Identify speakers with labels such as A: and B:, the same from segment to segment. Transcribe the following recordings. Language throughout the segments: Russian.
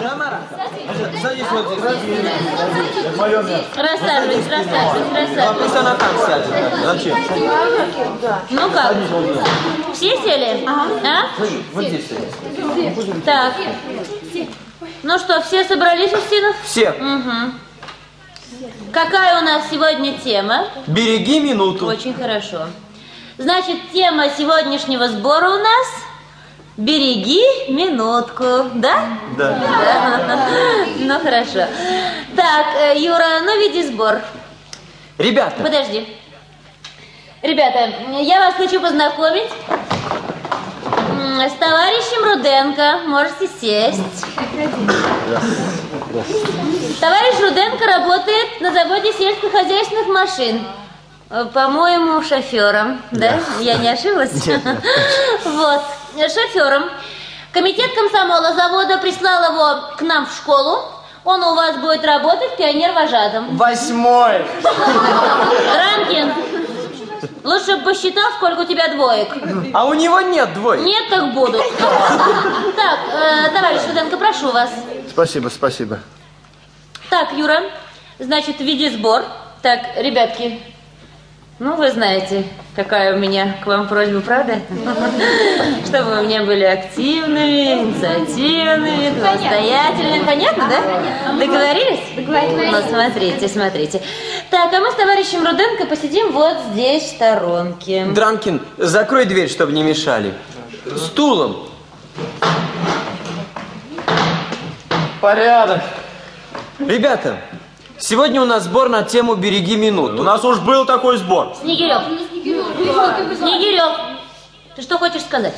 A: Тамара, садись вот здесь.
B: Красавчик, красавчик,
A: А
B: красавчик.
A: пусть она там сядет. Зачем?
B: Ну как? Все сели? А?
A: Вот здесь сядет.
B: Так. Ну что, все собрались, Устинов?
A: Все,
B: Угу. Какая у нас сегодня тема?
A: береги минуту.
B: Очень хорошо. Значит, тема сегодняшнего сбора у нас «Береги минутку», да?
A: Да.
B: Да. Ну, хорошо. Так, э, Юра, ну веди сбор.
A: Ребята,
B: Подожди. Ребята, я вас хочу познакомить м, с товарищем Руденко. Можете сесть. Товарищ Руденко работает на заводе сельскохозяйственных машин. Э, По-моему, шофером. Да? Я не ошиблась? Вот. Шофером. Комитет комсомола завода прислал его к нам в школу. Он у вас будет работать пионер-вожатым.
A: восьмой.
B: Ранкин, лучше бы посчитал, сколько у тебя двоек.
A: А у него нет двоек.
B: Нет, так будут. Так, э, товарищ Руденко, прошу вас.
C: Спасибо, спасибо.
B: Так, Юра, значит, веди сбор. Так, ребятки, ну вы знаете, какая у меня к вам просьба, правда? Чтобы вы у меня были активными, инициативными, самостоятельными. Понятно, да? Договорились? Договорились. Ну, смотрите, смотрите. Так, а мы с товарищем Руденко посидим вот здесь, в сторонке.
A: Дранкин, закрой дверь, чтобы не мешали. Стулом.
D: Порядок.
A: Ребята, сегодня у нас сбор на тему «Береги минуту».
E: У нас уж был такой сбор.
B: Снегирек. Снегирек. Ты что хочешь сказать?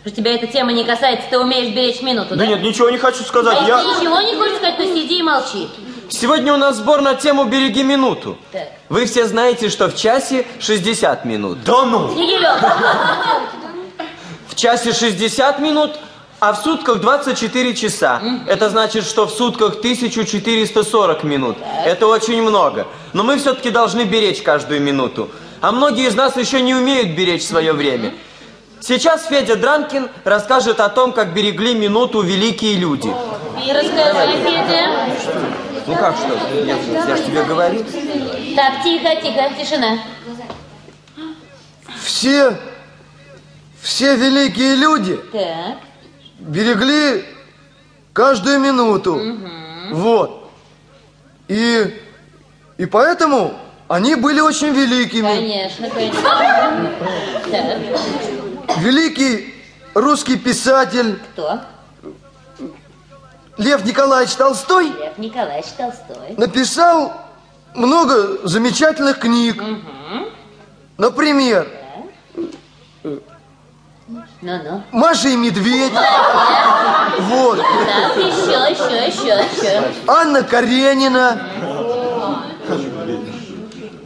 B: Что тебя эта тема не касается, ты умеешь беречь минуту, да?
E: Да нет, ничего не хочу
B: А
E: сказать.
B: если
E: Я...
B: ничего не хочешь сказать, то сиди и молчи.
A: Сегодня у нас сбор на тему «Береги минуту».
B: Так.
A: Вы все знаете, что в часе 60 минут.
E: Да ну!
B: Снегирек.
A: В часе 60 минут, а в сутках 24 часа. Это значит, что в сутках 1440 минут. Это очень много. Но мы все-таки должны беречь каждую минуту. А многие из нас еще не умеют беречь свое время. Сейчас Федя Дранкин расскажет о том, как берегли минуту великие люди.
B: И расскажи, Федя.
A: Ну как что? Я, я же тебе говорил.
B: Так, тихо, тихо, тишина.
C: Все, все великие люди
B: Так.
C: берегли каждую минуту. Вот. И, и поэтому они были очень великими.
B: Конечно, конечно. Так,
C: Великий русский писатель
B: кто?
C: Лев Николаевич Толстой
B: Лев Николаевич Толстой.
C: написал много замечательных книг. Например,
B: Ну-ну.
C: Маша и медведь. Вот.
B: Так, еще, еще, еще, еще.
C: Анна Каренина.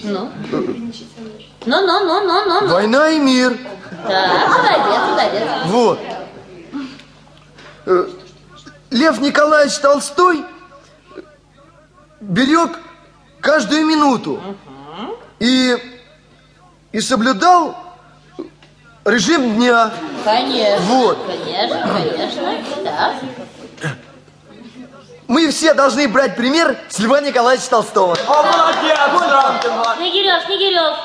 B: Ну. Ну-ну-ну-ну-ну.
C: Война и мир.
B: Так, молодец, молодец.
C: Вот. Э, Лев Николаевич Толстой берег каждую минуту и, и соблюдал режим дня.
B: Конечно.
C: Вот.
B: Конечно, конечно. Так.
C: Мы все должны брать пример с Льва Николаевича Толстого.
A: О, молодец, Дранкин, молодец.
B: Снегирев, Снегирев,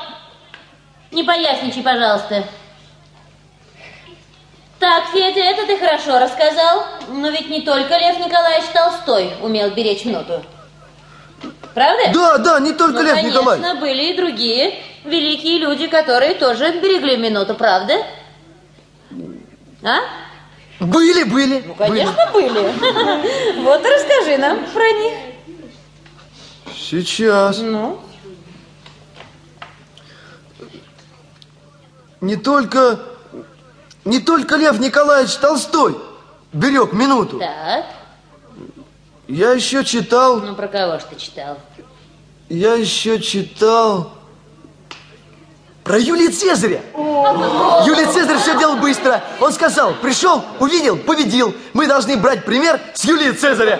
B: не поясничай, пожалуйста. Так, Федя, это ты хорошо рассказал. Но ведь не только Лев Николаевич Толстой умел беречь минуту. Правда?
C: Да, да, не только
B: Ну,
C: Лев
B: конечно,
C: Николаевич.
B: были и другие великие люди, которые тоже берегли минуту, правда? А?
C: Были, были.
B: Ну, конечно, были. Вот и расскажи нам про них.
C: Сейчас.
B: Ну,
C: Не только, не только Лев Николаевич Толстой берег минуту.
B: так.
C: Я еще читал
B: Ну, про кого ж ты читал?
C: Я еще читал про Юлия Цезаря. Юлий Цезарь все делал быстро. Он сказал, пришел, увидел, победил. Мы должны брать пример с Юлии Цезаря.